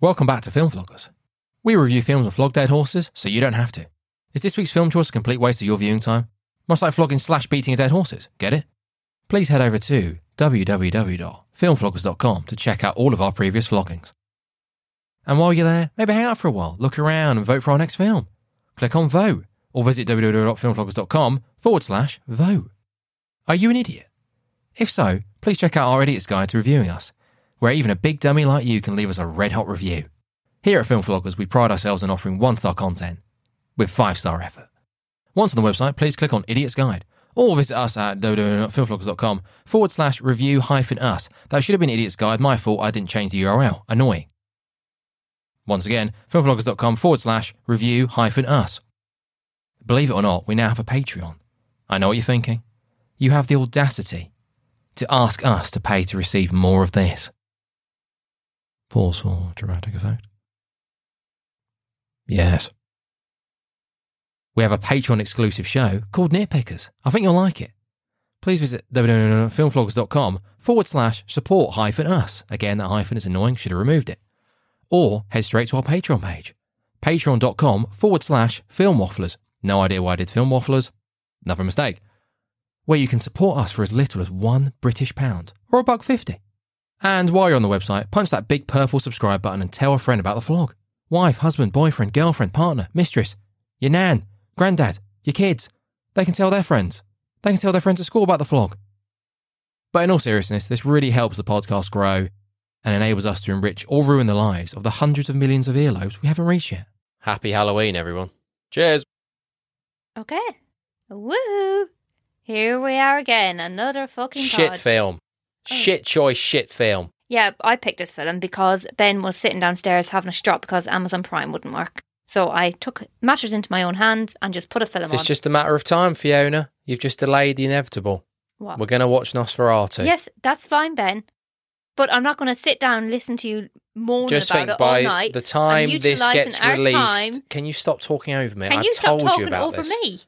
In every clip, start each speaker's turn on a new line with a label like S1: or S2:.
S1: Welcome back to Film Vloggers. We review films and flog dead horses, so you don't have to. Is this week's film choice a complete waste of your viewing time? Much like flogging slash beating a dead horses, get it? Please head over to www.filmvloggers.com to check out all of our previous vloggings. And while you're there, maybe hang out for a while, look around and vote for our next film. Click on vote or visit www.filmvloggers.com forward slash vote. Are you an idiot? If so, please check out our Idiot's Guide to Reviewing Us, where even a big dummy like you can leave us a red hot review. Here at Film Vloggers, we pride ourselves on offering one star content with five star effort. Once on the website, please click on Idiot's Guide or visit us at www.filmvloggers.com forward slash review hyphen us. That should have been Idiot's Guide. My fault, I didn't change the URL. Annoying. Once again, filmvloggers.com forward slash review hyphen us. Believe it or not, we now have a Patreon. I know what you're thinking. You have the audacity to ask us to pay to receive more of this. Pause for dramatic effect. Yes. We have a Patreon exclusive show called Nitpickers. I think you'll like it. Please visit www.filmvlogs.com forward slash support hyphen us. Again, that hyphen is annoying, should have removed it. Or head straight to our Patreon page, patreon.com forward slash film wafflers. No idea why I did film wafflers. Another mistake where you can support us for as little as one British pound or a buck fifty. And while you're on the website, punch that big purple subscribe button and tell a friend about the flog. Wife, husband, boyfriend, girlfriend, partner, mistress, your nan, granddad, your kids. They can tell their friends. They can tell their friends at school about the flog. But in all seriousness, this really helps the podcast grow and enables us to enrich or ruin the lives of the hundreds of millions of earlobes we haven't reached yet. Happy Halloween, everyone. Cheers.
S2: Okay. Woo! Here we are again. Another fucking
S1: Shit
S2: pod.
S1: film.
S2: Oh.
S1: Shit choice, shit film.
S2: Yeah, I picked this film because Ben was sitting downstairs having a strop because Amazon Prime wouldn't work. So I took matters into my own hands and just put a film
S1: It's
S2: on.
S1: just a matter of time, Fiona. You've just delayed the inevitable.
S2: What?
S1: We're going to watch Nosferatu.
S2: Yes, that's fine, Ben. But I'm not going to sit down and listen to you moan
S1: Just
S2: about
S1: think
S2: it all
S1: by
S2: night.
S1: the time
S2: and
S1: this
S2: utilising
S1: gets
S2: our
S1: released,
S2: time.
S1: can you stop talking over me?
S2: Can
S1: I
S2: you stop
S1: told
S2: talking
S1: you about
S2: over
S1: this.
S2: me?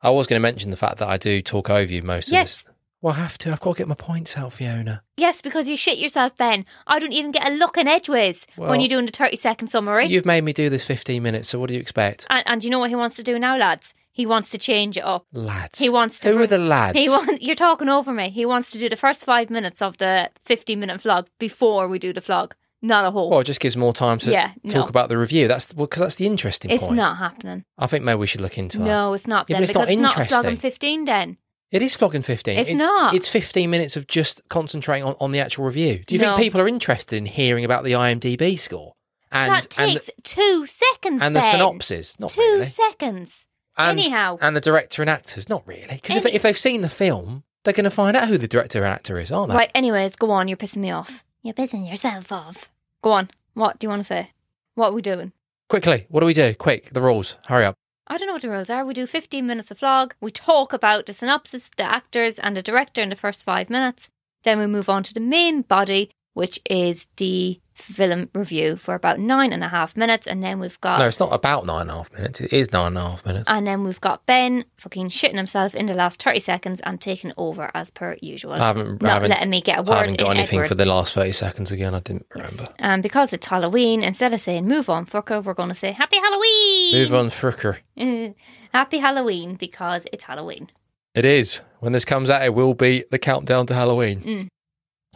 S1: I was going to mention the fact that I do talk over you most
S2: Yes.
S1: of this. Well, I have to. I've got to get my points out, Fiona.
S2: Yes, because you shit yourself, Ben. I don't even get a look in edgeways
S1: Well,
S2: when you're doing the 30 second summary.
S1: You've made me do this 15 minutes, so what do you expect?
S2: And, and you know what he wants to do now, lads? He wants to change it up.
S1: Lads.
S2: Uh, He wants to.
S1: Who
S2: re-
S1: are the lads?
S2: He want, You're talking over me. He wants to do the first five minutes of the 50 minute vlog before we do the vlog. Not a whole.
S1: well, it just gives more time to
S2: Yeah, no.
S1: talk about the review. That's because that's the interesting
S2: it's
S1: point.
S2: not happening.
S1: I think maybe we should look into that.
S2: No, it's not.
S1: Yeah,
S2: Then
S1: but it's not
S2: because it's not a vlog on
S1: interesting.
S2: 15. Then
S1: It is flogging 15.
S2: It's
S1: It-
S2: not.
S1: It's 15 minutes of just concentrating on, on the actual review. Do you
S2: No.
S1: think people are interested in hearing about the IMDb score? And,
S2: that
S1: and,
S2: takes two seconds.
S1: and the
S2: ben.
S1: synopsis? Not
S2: Two
S1: really.
S2: seconds.
S1: and,
S2: Anyhow.
S1: And the director and actors? Not really. Because if,
S2: Any-
S1: if they've seen the film, they're going to find out who the director and actor is, aren't they?
S2: Right. Anyways, go on. You're pissing me off. You're pissing yourself off. Go on. What do you want to say? What are we doing?
S1: Quickly, what do we do? Quick, the rules. Hurry up.
S2: I don't know what the rules are. We do 15 minutes of vlog. We talk about the synopsis, the actors, and the director in the first five minutes. Then we move on to the main body, which is the film review for about nine and a half minutes. And then we've got.
S1: No, it's not about nine and a half minutes. It is nine and a half minutes.
S2: and then we've got Ben fucking shitting himself in the last 30 seconds and taking over as per usual.
S1: I haven't,
S2: not
S1: I haven't,
S2: letting me get a word
S1: I haven't got
S2: in
S1: anything
S2: Edward.
S1: for the last 30 seconds again. I didn't
S2: Yes.
S1: remember.
S2: And because it's Halloween, instead of saying move on, fucker, we're going to say happy Halloween!
S1: Move on, Fricker.
S2: on. happy Halloween because it's Halloween.
S1: It is. When this comes out, it will be the countdown to Halloween.
S2: Mm.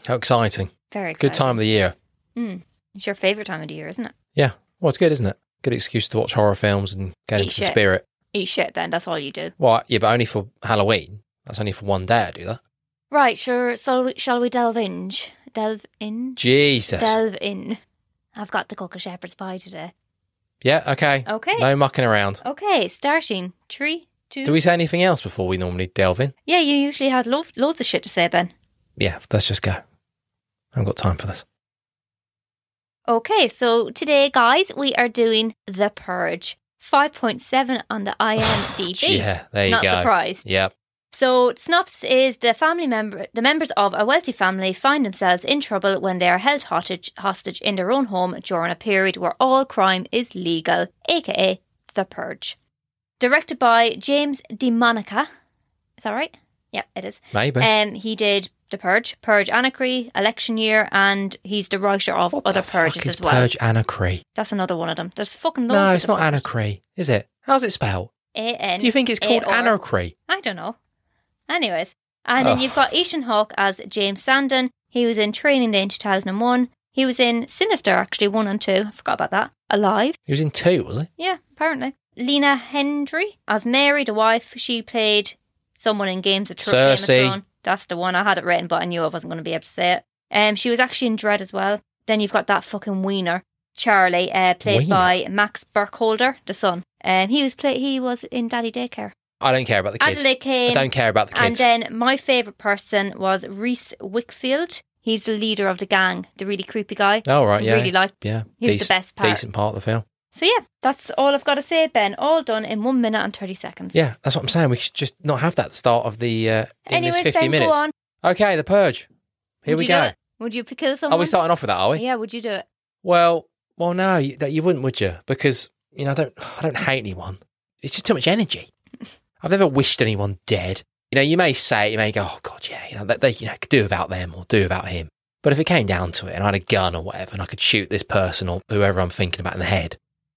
S1: How exciting.
S2: Very exciting.
S1: Good time of the year.
S2: Mm. It's your favourite time of the year, isn't it?
S1: Yeah. Well, it's good, isn't it? Good excuse to watch horror films and get
S2: Eat
S1: into
S2: shit.
S1: the spirit.
S2: Eat shit, Ben. That's all you do.
S1: Well, yeah, but only for Halloween. That's only for one day I do that.
S2: Right, sure. So we- shall we delve in? Delve in?
S1: Jesus.
S2: Delve in. I've got the cook of shepherd's pie today.
S1: yeah, okay.
S2: Okay.
S1: No mucking around.
S2: Okay, starting. Three, two.
S1: Do we say anything else before we normally delve in?
S2: Yeah, you usually had lo- loads of shit to say, Ben.
S1: Yeah, let's just go. I haven't got time for this.
S2: Okay, so today, guys, we are doing The Purge. 5.7 on the IMDb.
S1: yeah, there you
S2: Not
S1: go.
S2: surprised.
S1: Yeah.
S2: So synopsis is the family member, the members of a wealthy family find themselves in trouble when they are held hostage, hostage in their own home during a period where all crime is legal, aka the purge. Directed by James DeMonica, is that right? Yeah, it is.
S1: Maybe.
S2: Um, he did The Purge, Purge Anarchy, Election Year, and he's the writer of
S1: What
S2: other
S1: the
S2: purges
S1: fuck is
S2: as well.
S1: Purge anacry?
S2: That's another one of them. There's fucking loads
S1: No,
S2: of
S1: it's not anacry, is it? How's it spelled?
S2: A-N-
S1: Do you think it's called
S2: A-R-
S1: anarchy?
S2: I don't know. Anyways, and then
S1: Ugh.
S2: you've got Ethan Hawke as James Sandon. He was in Training Day in 2001. He was in Sinister, actually, one and two. I forgot about that. Alive.
S1: He was in two, was he?
S2: Yeah, apparently. Lena Hendry as Mary, the wife. She played someone in Games of Thr- Game of
S1: Cersei.
S2: Thrones. That's the one I had it written, but I knew I wasn't going to be able to say it. Um, she was actually in Dread as well. Then you've got that fucking wiener, Charlie, uh, played
S1: Wiener?
S2: by Max Burkholder, the son. Um, he was play- He was in Daddy Daycare.
S1: I don't care about the kids.
S2: Adelaide Kane.
S1: I don't care about the
S2: And uh,
S1: kids.
S2: then my favourite person was Reese Wickfield. He's the leader of the gang, the really creepy guy.
S1: oh, right, yeah.
S2: Really like.
S1: yeah.
S2: he was the
S1: decent-
S2: best part.
S1: Decent part of the film.
S2: So yeah, that's all I've got to say, Ben. All done in one minute and thirty seconds.
S1: Yeah, that's what I'm saying. We should just not have that at the start of the uh, in
S2: Anyways,
S1: this 50
S2: Ben,
S1: minutes.
S2: go on.
S1: Okay, the purge. Here
S2: Would
S1: we
S2: you do
S1: go.
S2: it? Would you kill someone?
S1: Are we starting off with that? Are we?
S2: Yeah. Would you do it?
S1: Well, well, no, you, that you wouldn't, would you? Because you know, I don't, I don't hate anyone. It's just too much energy. I've never wished anyone dead. You know, you may say, you may go, oh God, yeah, you know, they, they you know, could do without them or do without him. But if it came down to it, and I had a gun or whatever, and I could shoot this person or whoever I'm thinking about in the head,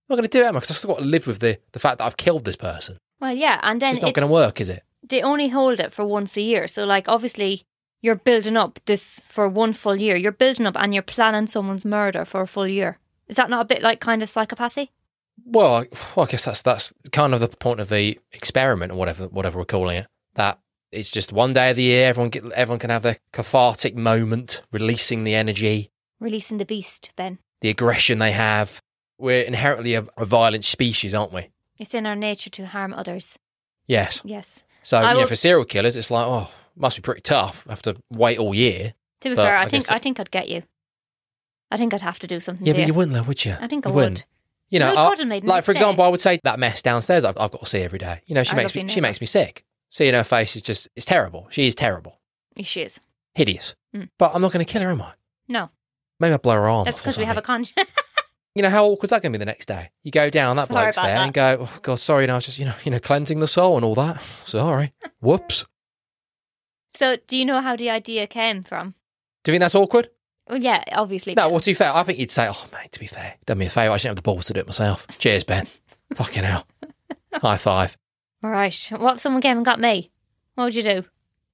S1: I'm not going to do it, because I've still got to live with the, the fact that I've killed this person.
S2: Well, yeah. And
S1: It's
S2: then
S1: just not going to work, is it?
S2: They only hold it for once a year, so like obviously you're building up this for one full year. You're building up and you're planning someone's murder for a full year. Is that not a bit like kind of psychopathy?
S1: Well, I, well, I guess that's that's kind of the point of the experiment or whatever whatever we're calling it. That it's just one day of the year. Everyone get, everyone can have their cathartic moment, releasing the energy,
S2: Releasing the beast, Ben.
S1: the aggression they have. We're inherently a, a violent species, aren't we?
S2: It's in our nature to harm others.
S1: Yes.
S2: Yes.
S1: So you
S2: I
S1: know,
S2: will-
S1: for serial killers, it's like oh, must be pretty tough. Have to wait all year.
S2: To be
S1: But
S2: fair, I,
S1: I
S2: think
S1: guess-
S2: I think I'd get you. I think I'd have to do something.
S1: Yeah,
S2: to
S1: but you wouldn't, though, would you?
S2: I think
S1: You
S2: I
S1: wouldn't.
S2: would.
S1: You know,
S2: No, it
S1: I-
S2: wouldn't, mate,
S1: like for
S2: next day.
S1: example, I would say that mess downstairs. I've, I've got to see every day. You know, she
S2: I
S1: makes
S2: love you,
S1: me, she
S2: neighbour.
S1: makes me sick. Seeing her face is just it's terrible. She is terrible.
S2: She is.
S1: hideous.
S2: Mm.
S1: But I'm not going to kill her, am I?
S2: No,
S1: Maybe Oh, I blow her arm.
S2: that's
S1: off or
S2: because we have a
S1: something.
S2: conscience.
S1: You know how awkward's that going to be the next day? You go down, that
S2: Sorry
S1: bloke's there,
S2: about
S1: and go, "Oh God, sorry, no, I was just you know, you know, cleansing the soul and all that. Sorry, whoops.
S2: so, do you know how the idea came from?
S1: Do you think that's awkward?
S2: Well, yeah, obviously.
S1: No.
S2: but-
S1: Well, to be fair, I think you'd say, "Oh, mate, to be fair, done me a favour. I shouldn't have the balls to do it myself." Cheers, Ben. Fucking hell. High five.
S2: All right. What if someone came and got me? What would you do?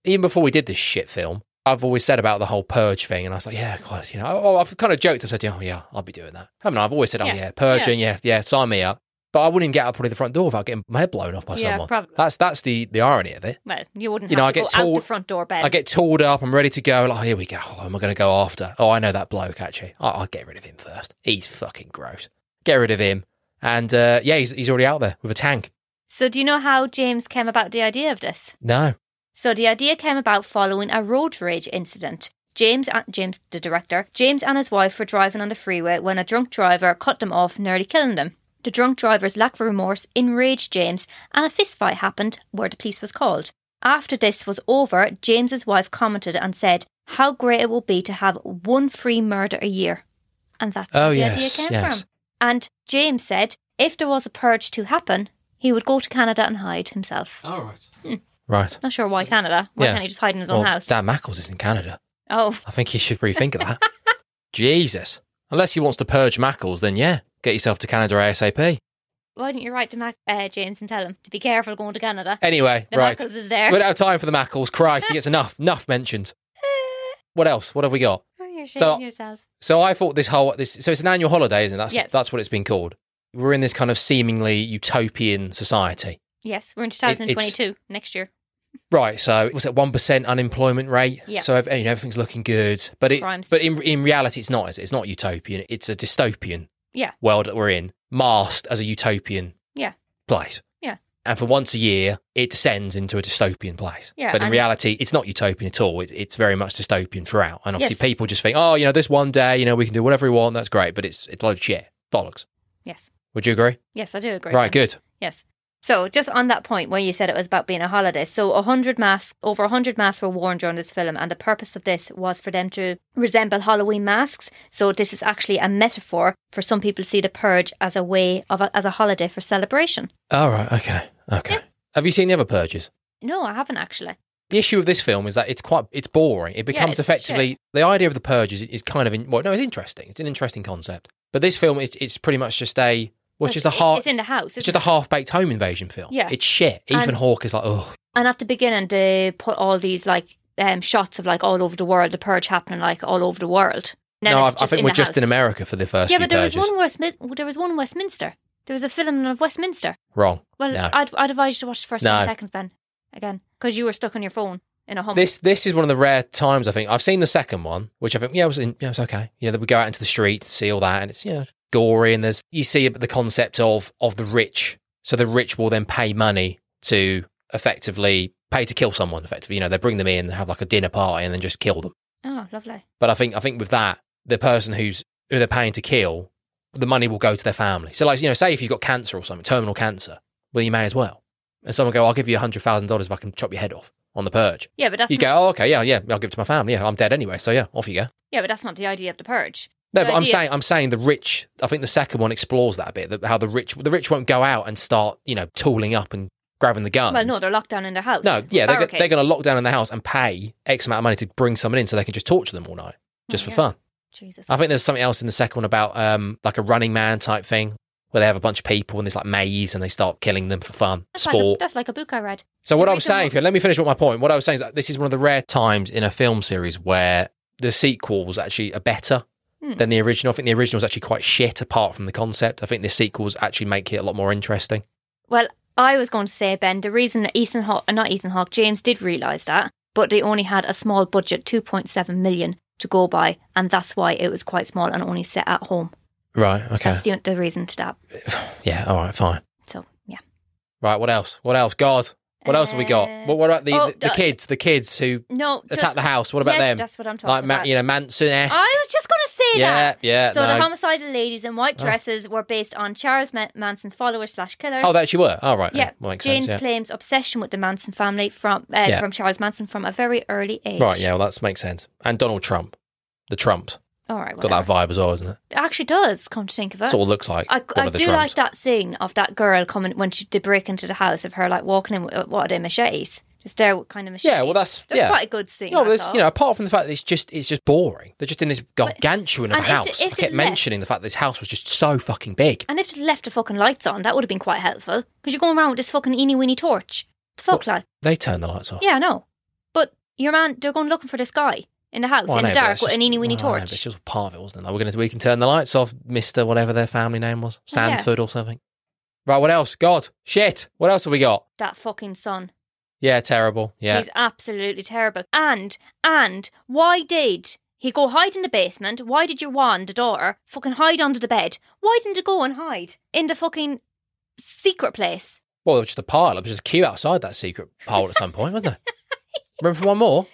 S1: Even before we did this shit film, I've always said about the whole purge thing, and I was like, "Yeah, God, you know." Oh, I've kind of joked. I've said, "Yeah, "Oh, yeah, I'll be doing that." Haven't I? I've always said, "Oh,
S2: Yeah.
S1: yeah, purging, yeah. yeah, sign me up." But I wouldn't even get out probably the front door without getting my head blown off by
S2: Yeah,
S1: someone.
S2: probably.
S1: That's that's the the irony of it.
S2: Well, you wouldn't
S1: You
S2: have
S1: know,
S2: to
S1: I get
S2: go out
S1: told-
S2: the front door, Ben.
S1: I get tooled up. I'm ready to go. Like, oh, here we go. Oh, am I going to go after? Oh, I know that bloke actually. I- I'll get rid of him first. He's fucking gross. Get rid of him. And uh, yeah, he's he's already out there with a tank.
S2: So, do you know how James came about the idea of this?
S1: No,
S2: So the idea came about following a road rage incident. James, and James, the director, James and his wife were driving on the freeway when a drunk driver cut them off, nearly killing them. The drunk driver's lack of remorse enraged James, and a fistfight happened where the police was called. After this was over, James's wife commented and said, "How great it will be to have one free murder a year," and that's where
S1: Oh,
S2: the idea
S1: yes,
S2: came
S1: yes.
S2: from. And James said, if there was a purge to happen, he would go to Canada and hide himself. Hmm.
S1: right.
S2: Not sure why Canada. Why
S1: Yeah.
S2: can't he just hide in his
S1: well,
S2: own house?
S1: Dan Mackles is in Canada.
S2: Oh,
S1: I think he should rethink of that. Jesus. Unless he wants to purge Mackles, then yeah, get yourself to Canada ASAP.
S2: why didn't you write to Mac, uh, James and tell him to be careful going to Canada?
S1: Anyway,
S2: The
S1: Eh, right.
S2: Mackles is there.
S1: We don't have time for the Mackles. Christ, he gets enough, enough mentions. What else? What have we got?
S2: Oh, you're shaking
S1: So-
S2: yourself.
S1: So I thought this whole this so it's an annual holiday, isn't it? That's
S2: Yes.
S1: that's what it's been called. We're in this kind of seemingly utopian society.
S2: Yes, we're in 2022 next year.
S1: Right, so was it one percent unemployment rate?
S2: Yeah.
S1: So ev- you know everything's looking good, but it
S2: Crimes.
S1: but in in reality it's not. Is it? It's not utopian. It's a dystopian
S2: Yeah.
S1: world that we're in, masked as a utopian
S2: Yeah.
S1: place.
S2: Yeah.
S1: And for once a year, it descends into a dystopian place.
S2: Yeah,
S1: But in
S2: and-
S1: reality, it's not utopian at all. It, it's very much dystopian throughout. And obviously,
S2: Yes.
S1: people just think, oh, you know, this one day, you know, we can do whatever we want. That's great. But it's it's a load of shit. Bollocks.
S2: Yes.
S1: Would you agree?
S2: Yes, I do agree.
S1: right,
S2: Ben.
S1: good.
S2: Yes. So, just on that point where you said it was about being a holiday, so a 100 masks, over a 100 masks were worn during this film, and the purpose of this was for them to resemble Halloween masks. So, this is actually a metaphor for some people see the purge as a way of, a, as a holiday for celebration.
S1: All right. Okay. Okay. Have you seen the other purges?
S2: No, I haven't actually.
S1: The issue of this film is that it's quite it's boring. It becomes
S2: it's
S1: effectively the idea of the purge is, is kind of in, well, no, it's interesting. It's an interesting concept, but this film is it's pretty much just a well, it's just a
S2: It's-
S1: half
S2: It's in the house.
S1: it's
S2: isn't
S1: just a
S2: it?
S1: half baked home invasion film.
S2: Yeah.
S1: it's shit. Even
S2: And-
S1: Hawke is like, oh,
S2: and at the beginning they put all these like um, shots of like all over the world, the purge happening like all over the world. And then
S1: no,
S2: it's
S1: I, I think
S2: in
S1: we're
S2: the
S1: just in
S2: house.
S1: America for the first
S2: Yeah,
S1: few
S2: but there was
S1: purges.
S2: one Westmin- there was one Westminster. There was a film of Westminster.
S1: Wrong.
S2: Well,
S1: No.
S2: I'd, I'd advise you to watch the first
S1: No.
S2: ten seconds, Ben, again, because you were stuck on your phone in a home.
S1: This this is one of the rare times I think I've seen the second one, which I think yeah, it was in, yeah, it was okay. You know, that we go out into the street, see all that, and it's you know gory, and there's you see the concept of of the rich. So the rich will then pay money to effectively pay to kill someone. Effectively, you know, they bring them in, have like a dinner party, and then just kill them.
S2: oh, lovely.
S1: But I think I think with that, the person who's who they're paying to kill, the money will go to their family. So like you know, say if you've got cancer or something, terminal cancer, well you may as well. And someone go, I'll give you hundred thousand dollars if I can chop your head off on the purge.
S2: Yeah, but that's
S1: you
S2: not,
S1: go, oh okay, yeah, yeah, I'll give it to my family. Yeah, I'm dead anyway, so yeah, off you go.
S2: yeah, but that's not the idea of the purge.
S1: No,
S2: The
S1: but I'm
S2: idea-
S1: saying I'm saying the rich. I think the second one explores that a bit. That how the rich the rich won't go out and start you know tooling up and grabbing the guns.
S2: Well, no, they're locked down in their house.
S1: No, yeah, they're,
S2: Barricade.
S1: they're going to lock down in their house and pay X amount of money to bring someone in so they can just torture them all night just for
S2: Oh, yeah.
S1: fun. Ah,
S2: Jesus.
S1: I think there's something else in the second one about um, like a running man type thing where they have a bunch of people and there's like maze and they start killing them for fun,
S2: that's Like a,
S1: sport.
S2: that's like a book I read.
S1: so what
S2: the
S1: I was
S2: reason
S1: saying,
S2: why-
S1: let me finish with my point. What I was saying is that this is one of the rare times in a film series where the sequels actually are better
S2: Hmm.
S1: than the original. I think the original is actually quite shit apart from the concept. I think the sequels actually make it a lot more interesting.
S2: Well, I was going to say, Ben, the reason that Ethan Hawke, uh, not Ethan Hawke, James did realise that, but they only had a small budget, 2.7 million to go by, and that's why it was quite small and only set at home.
S1: Right. Okay.
S2: That's the, the reason to that.
S1: yeah. All right. Fine.
S2: So, yeah.
S1: Right. What else? What else? God. What else have we got?
S2: Uh,
S1: What, what about the,
S2: oh,
S1: the, the
S2: uh,
S1: kids? The kids who
S2: No.
S1: attack
S2: just-
S1: the house. What about
S2: yes,
S1: them?
S2: That's what I'm talking
S1: like
S2: about.
S1: Ma- you know Manson esque.
S2: I was just going to say
S1: yeah,
S2: that.
S1: yeah.
S2: So the
S1: no.
S2: homicidal ladies in white
S1: Oh.
S2: dresses were based on Charles Ma- Manson's followers slash killers.
S1: oh, they actually were. Oh, right.
S2: yeah,
S1: Well, makes
S2: Jane's
S1: sense.
S2: claims obsession with the Manson family from uh,
S1: Yeah.
S2: from Charles Manson from a very early age.
S1: Yeah. Right. Yeah. Well, that makes sense. And Donald Trump, the Trumps,
S2: All right.
S1: got
S2: whatever.
S1: that vibe as well, isn't it?
S2: It actually does, come to think of it.
S1: That's all it looks like.
S2: I,
S1: one
S2: I
S1: of the
S2: do
S1: Trumps.
S2: like that scene of that girl coming when she did break into the house of her like walking in with uh, what are they machetes? Just there with kind of machetes.
S1: Yeah, well, that's-
S2: that's
S1: yeah.
S2: quite a good scene.
S1: No, but
S2: I
S1: there's,
S2: thought.
S1: you know, apart from the fact that it's just it's just boring. They're just in this gargantuan of a
S2: and if
S1: house.
S2: the- if
S1: I
S2: the
S1: kept
S2: le-
S1: mentioning the fact that this house was just so fucking big.
S2: And if they left the fucking lights on, that would have been quite helpful because you're going around with this fucking eeny weeny torch. The fuck like,
S1: They turned the lights off.
S2: yeah, I know. But your man, they're going looking for this guy in the house
S1: Well, Oh, I
S2: in
S1: know,
S2: the
S1: but
S2: dark
S1: that's
S2: with
S1: just-
S2: an eeny weeny
S1: well, I know, but It's
S2: torch.
S1: just part of it, wasn't it? Like, we're going to we can turn the lights off, Mister whatever their family name was,
S2: Well, Oh, yeah.
S1: Sanford or something. Right. What else? God, shit. What else have we got?
S2: That fucking son,
S1: Yeah, terrible. Yeah,
S2: he's absolutely terrible. And and why did? He go hide in the basement. Why did your wand, the daughter, fucking hide under the bed? Why didn't he go and hide in the fucking secret place?
S1: Well, it was just a pile. It was just a queue outside that secret pile at some point, wasn't there? Room for one more?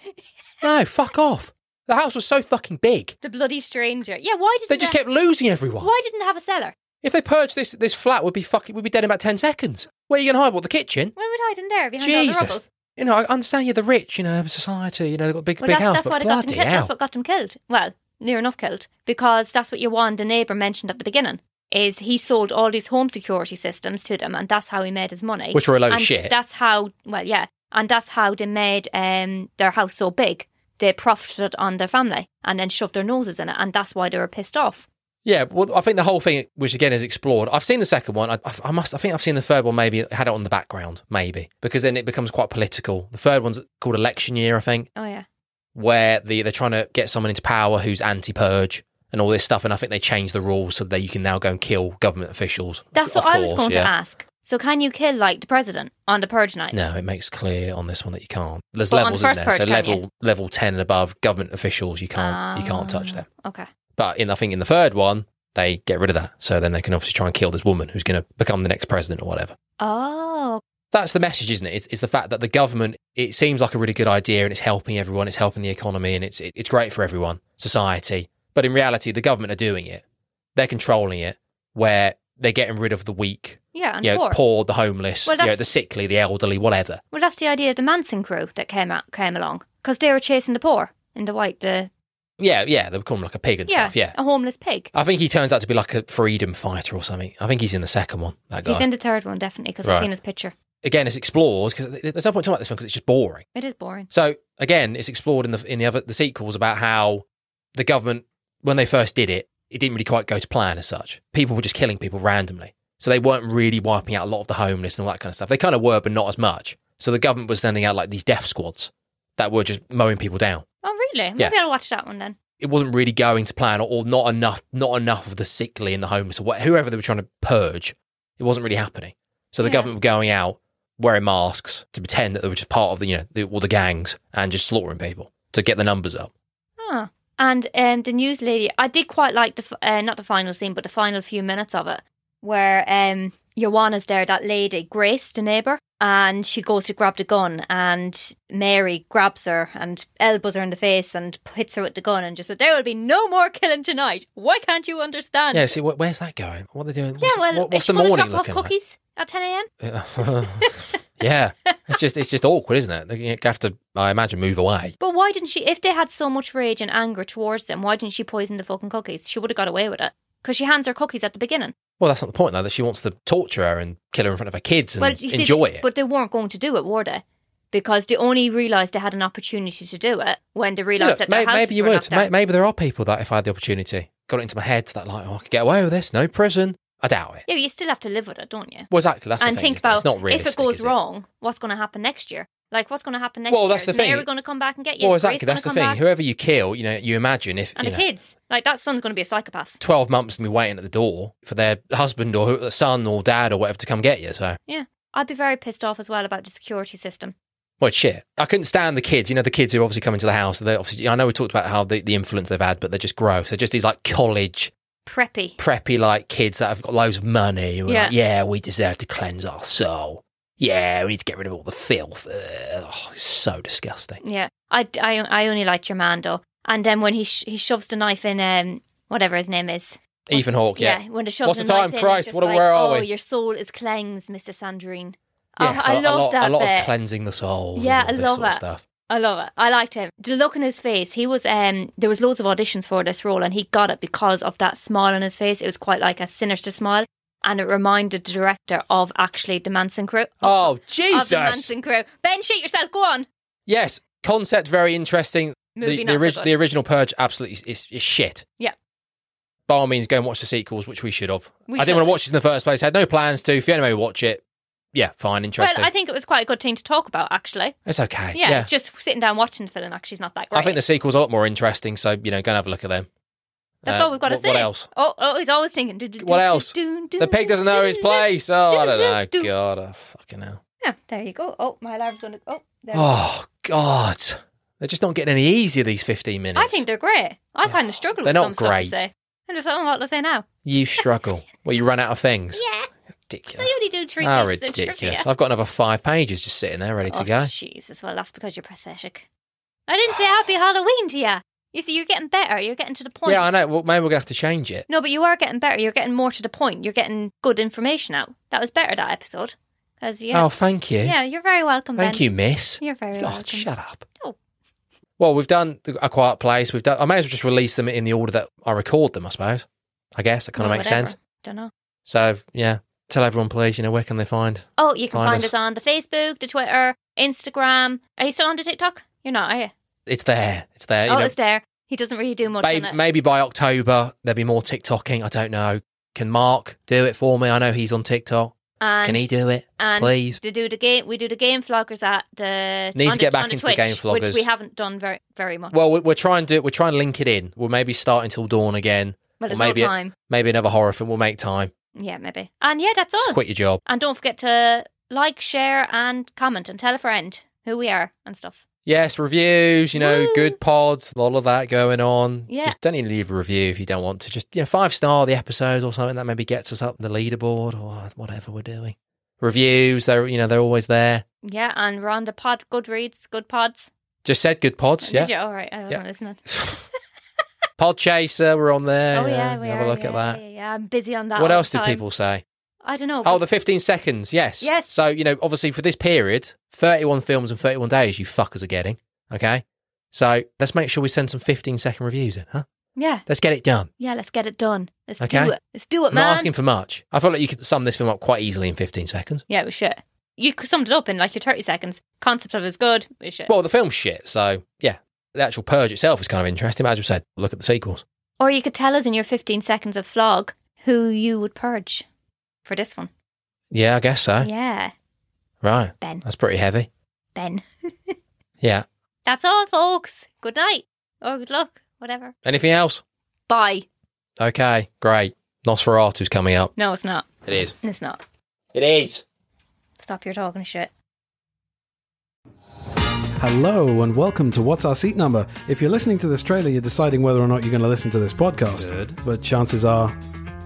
S1: No, fuck off. The house was so fucking big.
S2: The bloody stranger. Yeah, why didn't
S1: They just kept losing everyone.
S2: Why didn't they have a cellar?
S1: If they purged this this flat, we'd be fucking we'd be dead in about ten seconds. Where are you gonna hide? What the kitchen?
S2: Why would hide in there behind all the rubble?
S1: Jesus. You know, I understand you're the rich, you know, society, you know, they've got a big
S2: Well,
S1: big
S2: that's,
S1: house.
S2: that's
S1: but
S2: why they got them
S1: bloody
S2: killed. That's
S1: hell.
S2: what got them killed. Well, near enough killed because that's what your wand and neighbour mentioned at the beginning. Is he sold all these home security systems to them, and that's how he made his money.
S1: Which were a load of
S2: And
S1: shit.
S2: That's how. Well, yeah, and that's how they made um, their house so big. They profited on their family and then shoved their noses in it, and that's why they were pissed off.
S1: Yeah, well, I think the whole thing, which again is explored. I've seen the second one. I, I- I must. I think I've seen the third one. Maybe had it on the background, maybe because then it becomes quite political. The third one's called election year, I think.
S2: Oh yeah,
S1: where the, they're trying to get someone into power who's anti-purge and all this stuff. And I think they changed the rules so that you can now go and kill government officials.
S2: that's
S1: Of
S2: what I was
S1: course,
S2: going to
S1: yeah.
S2: ask. So, can you kill like the president on the purge night?
S1: No, it makes clear on this one that you can't. There's
S2: But on
S1: levels,
S2: the
S1: isn't
S2: first
S1: there?
S2: purge,
S1: so
S2: can you?
S1: level level ten and above, government officials, you can't you can't touch them.
S2: Ah, Okay.
S1: But in I think in the third one, they get rid of that. So then they can obviously try and kill this woman who's going to become the next president or whatever.
S2: Oh,
S1: That's the message, isn't it? It's, it's the fact that the government it seems like a really good idea and it's helping everyone, it's helping the economy, and it's it, it's great for everyone, society. But in reality, the government are doing it. They're controlling it, where they're getting rid of the weak,
S2: yeah, and
S1: you know,
S2: poor.
S1: poor, the homeless,
S2: Well,
S1: you know,
S2: that's-
S1: the sickly, the elderly, whatever.
S2: Well, that's the idea of the Manson crew that came out, came along because they were chasing the poor in the white, the
S1: Yeah, yeah, they become like a pig and
S2: yeah,
S1: stuff. Yeah,
S2: a homeless pig.
S1: I think he turns out to be like a freedom fighter or something. I think he's in the second one. That guy.
S2: He's in the third one definitely because I've
S1: Right.
S2: seen his picture.
S1: again, it's explored because there's no point talking about this film because it's just boring.
S2: It is boring.
S1: So again, it's explored in the in the other the sequels about how the government when they first did it, it didn't really quite go to plan as such. People were just killing people randomly, so they weren't really wiping out a lot of the homeless and all that kind of stuff. They kind of were, but not as much. So the government was sending out like these death squads that were just mowing people down.
S2: Oh, really? Maybe
S1: Yeah.
S2: I'll watch that one then.
S1: It wasn't really going to plan, or, or not enough, not enough of the sickly and the homeless or wh- whoever they were trying to purge. It wasn't really happening. So the
S2: Yeah.
S1: government were going out wearing masks to pretend that they were just part of the, you know, the, all the gangs and just slaughtering people to get the numbers up.
S2: Huh. And um, the news lady, I did quite like the f- uh, not the final scene, but the final few minutes of it, where um, Joanna's there, that lady Grace, the neighbor, and she goes to grab the gun, and Mary grabs her and elbows her in the face and hits her with the gun, and just said, "There will be no more killing tonight. Why can't you understand?"
S1: Yeah, see, wh- where's that going? What are they doing?
S2: Yeah,
S1: What's,
S2: well,
S1: what-
S2: is
S1: what's
S2: she
S1: the
S2: going to
S1: morning
S2: drop off
S1: looking like?
S2: cookies at ten a.m.?
S1: yeah, it's just it's just awkward, isn't it? They have to, I imagine, move away.
S2: But why didn't she? If they had so much rage and anger towards them, why didn't she poison the fucking cookies? She would have got away with it because she hands her cookies at the beginning.
S1: Well, that's not the point, though. That she wants to torture her and kill her in front of her kids and
S2: you see,
S1: enjoy it.
S2: But they weren't going to do it, were they? Because they only realised they had an opportunity to do it when they realised that
S1: may-
S2: their
S1: maybe,
S2: houses
S1: you
S2: were
S1: would.
S2: knocked
S1: May-
S2: down.
S1: Maybe there are people that, if I had the opportunity, got it into my head that like, oh, I could get away with this. No prison. I doubt it.
S2: Yeah, but you still have to live with it, don't you?
S1: Well, exactly. That's the
S2: and
S1: thing,
S2: think
S1: isn't it?
S2: about
S1: It's not
S2: if
S1: realistic,
S2: it goes
S1: is
S2: wrong, what's going to happen next year? Like, what's going to happen next
S1: Well,
S2: year?
S1: that's the
S2: Is
S1: thing.
S2: Mary going to come back and get you?
S1: Well,
S2: Is Grace
S1: exactly. That's the
S2: gonna
S1: thing.
S2: come back?
S1: Whoever you kill, you know, you imagine if
S2: And
S1: you
S2: the
S1: know,
S2: kids, like that son's going to be a psychopath.
S1: twelve months and be waiting at the door for their husband or who- son or dad or whatever to come get you. So.
S2: Yeah, I'd be very pissed off as well about the security system.
S1: Well, shit. I couldn't stand the kids. You know, the kids who obviously come into the house. They obviously, I know we talked about how the, the influence they've had, but they're just gross. They're just these like college
S2: Preppy.
S1: preppy like kids that have got loads of money. Who are
S2: Yeah.
S1: Like, yeah, we deserve to cleanse our soul. Yeah, we need to get rid of all the filth. Ugh, Oh, it's so disgusting.
S2: Yeah, I, I, I only liked Germando. And then when he sh- he shoves the knife in, um, whatever his name is,
S1: Ethan Hawke. Yeah.
S2: when the shoves
S1: What's the
S2: knife
S1: time,
S2: in,
S1: Christ?
S2: it's
S1: What-
S2: just
S1: where
S2: like,
S1: are
S2: oh,
S1: we?"
S2: your soul is cleansed, Mister Sandrine.
S1: Yeah,
S2: Oh,
S1: so
S2: I
S1: a
S2: love
S1: lot,
S2: that
S1: a lot
S2: bit.
S1: of cleansing the soul. and
S2: Yeah,
S1: all
S2: I
S1: this
S2: love
S1: sort of
S2: it.
S1: stuff.
S2: I love it. I liked him. The look in his face. He was um there was loads of auditions for this role and he got it because of that smile on his face. It was quite like a sinister smile. And it reminded the director of actually the Manson crew.
S1: Oh
S2: Of the
S1: Jesus!
S2: Manson crew. Ben, shoot yourself, go on.
S1: Yes, concept very interesting.
S2: Movie
S1: the,
S2: not
S1: the,
S2: so
S1: orig-
S2: good.
S1: the original Purge absolutely is, is, is shit.
S2: Yeah.
S1: By all means, go and watch the sequels, which we should have.
S2: We
S1: I
S2: should
S1: didn't want
S2: have.
S1: to watch this in the first place. had no plans to. If you anyway watch it, yeah, fine,
S2: Well,
S1: interesting.
S2: I think it was quite a good thing to talk about actually.
S1: it's okay.
S2: Yeah, it's just sitting down watching the film actually is not that great.
S1: I think the sequels are a lot more interesting. So you know, go and have a look at them.
S2: That's
S1: Uh,
S2: all we've got to
S1: what-
S2: say.
S1: What else?
S2: Oh, oh, he's always thinking. do, do, do,
S1: What
S2: do,
S1: else?
S2: do, do,
S1: The pig doesn't know his
S2: do, do,
S1: place. Oh, I don't know.
S2: do, do.
S1: God, oh, fucking hell.
S2: Yeah, there you go. Oh, my alarm's going to. Oh, there.
S1: Oh God, they're just not getting any easier these fifteen minutes.
S2: I think they're great. I kind of struggle
S1: They're
S2: with
S1: not
S2: some stuff to
S1: great.
S2: say. I just don't know what to say now.
S1: you struggle. well, you run out of things.
S2: Yeah, so
S1: Ridiculous.
S2: you only do three
S1: Ah,
S2: pieces of trivia.
S1: ridiculous. I've got another five pages just sitting there ready
S2: oh,
S1: to go.
S2: Jesus, well, that's because you're pathetic. I didn't say happy Halloween to you. You see, you're getting better. You're getting to the point.
S1: Yeah, I know. Well, maybe we're going to have to change it.
S2: No, but you are getting better. You're getting more to the point. You're getting good information out. That was better that episode. Because yeah,
S1: Oh, thank you.
S2: yeah, you're very welcome.
S1: thank
S2: ben.
S1: you, miss.
S2: You're very
S1: God,
S2: welcome.
S1: Oh, shut up.
S2: Oh.
S1: Well, we've done A Quiet Place. We've done. I may as well just release them in the order that I record them, I suppose. I guess that kind of
S2: Well,
S1: makes
S2: whatever.
S1: sense.
S2: Don't know.
S1: So, yeah. Tell everyone, please, you know, where can they find?
S2: Oh, you can
S1: Find
S2: find,
S1: us.
S2: us. on the Facebook, the Twitter, Instagram. Are you still on the TikTok? You're not, are you?
S1: It's there. It's there.
S2: oh,
S1: you know,
S2: it's there. He doesn't really do much
S1: may-
S2: on it.
S1: maybe by October, there'll be more TikToking. I don't know. Can Mark do it for me? I know he's on TikTok.
S2: and,
S1: can he do it?
S2: and
S1: please.
S2: To do the game, we do the game vloggers at the
S1: Need to
S2: on
S1: get
S2: the,
S1: back
S2: on
S1: into the
S2: Twitch,
S1: game
S2: which
S1: vloggers.
S2: we haven't done very very much.
S1: Well, we- we're trying to we're trying to link it in. We'll maybe start until dawn again.
S2: Well, there's
S1: maybe
S2: no
S1: it-
S2: time.
S1: Maybe another horror film. We'll make time.
S2: Yeah, maybe. And yeah, that's all.
S1: Just quit your job.
S2: And don't forget to like, share, and comment, and tell a friend who we are and stuff.
S1: Yes, reviews. You know,
S2: Woo.
S1: good pods. All of that going on.
S2: Yeah.
S1: Just don't even leave a review if you don't want to. Just you know, five star the episodes or something that maybe gets us up the leaderboard or whatever we're doing. Reviews. They're you know they're always there.
S2: Yeah, and we're on the pod, Goodreads, Good Pods.
S1: Just said good pods. Yeah.
S2: Did you? All right, I wasn't
S1: Yeah.
S2: listening.
S1: Pod Chaser. We're on there.
S2: oh
S1: you know,
S2: yeah, we
S1: have
S2: are,
S1: a look
S2: yeah,
S1: at that.
S2: Yeah, yeah, I'm busy on that.
S1: What
S2: all
S1: else
S2: the
S1: did
S2: time.
S1: people say?
S2: I don't know.
S1: Oh, the 15 seconds, yes.
S2: Yes.
S1: So, you know, obviously for this period, 31 films in 31 days you fuckers are getting, okay? So let's make sure we send some 15 second reviews in, huh?
S2: yeah,
S1: Let's get it done.
S2: yeah. Let's get it done. Let's
S1: Okay.
S2: do it. Let's do it,
S1: I'm not
S2: man.
S1: asking for much. I felt like you could sum this film up quite easily in 15 seconds.
S2: yeah, we should. you summed it up in like your 30 seconds. Concept of is good. It's shit.
S3: Well, the film's shit, so yeah. The actual purge itself is kind of interesting. As we said, look at the sequels.
S2: or you could tell us in your 15 seconds of flog who you would purge for this one.
S3: Yeah, I guess so.
S2: Yeah,
S3: Right.
S2: Ben.
S3: That's pretty heavy.
S2: Ben.
S3: Yeah.
S2: That's all, folks. Good night or good luck, whatever.
S3: Anything else?
S2: Bye.
S3: Okay, great. Nosferatu's coming up.
S2: No, it's not.
S3: It is.
S2: It's not.
S3: It is.
S2: Stop your talking shit.
S4: Hello and welcome to What's Our Seat Number. If you're listening to this trailer, you're deciding whether or not you're going to listen to this podcast.
S5: Good.
S4: But chances are,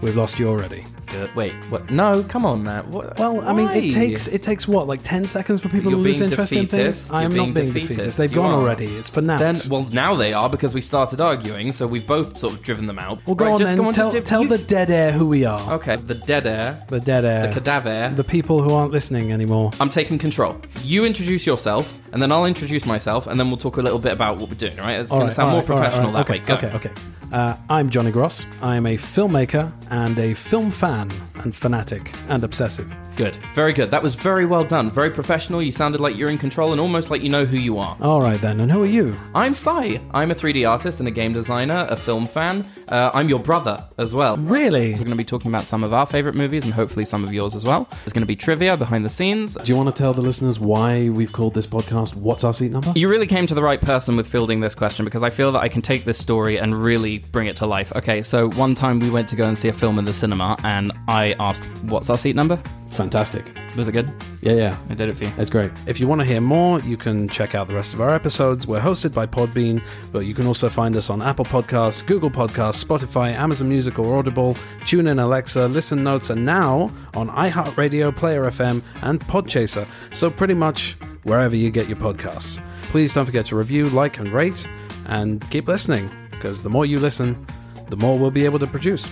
S4: we've lost you already.
S5: Uh, wait, what? No, come on now. What,
S4: Well, I mean,
S5: Why?
S4: it takes it takes what like ten seconds for people
S5: You're
S4: to lose
S5: being
S4: interest in
S5: defeatist.
S4: things. I am
S5: You're
S4: not
S5: being
S4: being defeatist.
S5: defeatist.
S4: They've
S5: You
S4: gone
S5: are.
S4: already. It's for now.
S5: Then, well, now they are because we started arguing, so we've both sort of driven them out.
S4: well, go
S5: Right,
S4: on
S5: just
S4: then.
S5: go on to
S4: tell
S5: di-
S4: tell
S5: you-
S4: the dead air who we are.
S5: Okay, the dead air,
S4: The dead air.
S5: the cadaver.
S4: The people who aren't listening anymore.
S5: I'm taking control. You introduce yourself, and then I'll introduce myself, and then we'll talk a little bit about what we're doing. All right? It's
S4: All
S5: going
S4: right,
S5: to sound
S4: all
S5: more
S4: right, all right,
S5: professional
S4: all right.
S5: that way. Go.
S4: okay, Okay, okay. Uh, I'm Johnny Gross. I am a filmmaker and a film fan and fanatic and obsessive.
S5: Good. Very good. That was very well done. Very professional. You sounded like you're in control, and almost like you know who you are.
S4: All right then. And who are you?
S5: I'm Sai. I'm a 3D artist and a game designer, a film fan. Uh, I'm your brother as well.
S4: Really?
S5: So we're going to be talking about some of our favorite movies and hopefully some of yours as well. There's going to be trivia behind the scenes.
S4: Do you want to tell the listeners why we've called this podcast "What's Our Seat Number"?
S5: You really came to the right person with fielding this question because I feel that I can take this story and really bring it to life. Okay, so one time we went to go and see a film in the cinema and I asked, What's our seat number?
S4: Fantastic.
S5: Was it good?
S4: Yeah, yeah.
S5: I did it for you.
S4: It's great. If you want to hear more, you can check out the rest of our episodes. We're hosted by Podbean, but you can also find us on Apple Podcasts, Google Podcasts, Spotify, Amazon Music or Audible, TuneIn Alexa, Listen Notes, and now on iHeartRadio, Player FM, and Podchaser. So pretty much wherever you get your podcasts. Please don't forget to review, like, and rate, and keep listening, because the more you listen, the more we'll be able to produce.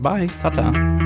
S4: Bye.
S5: Ta ta.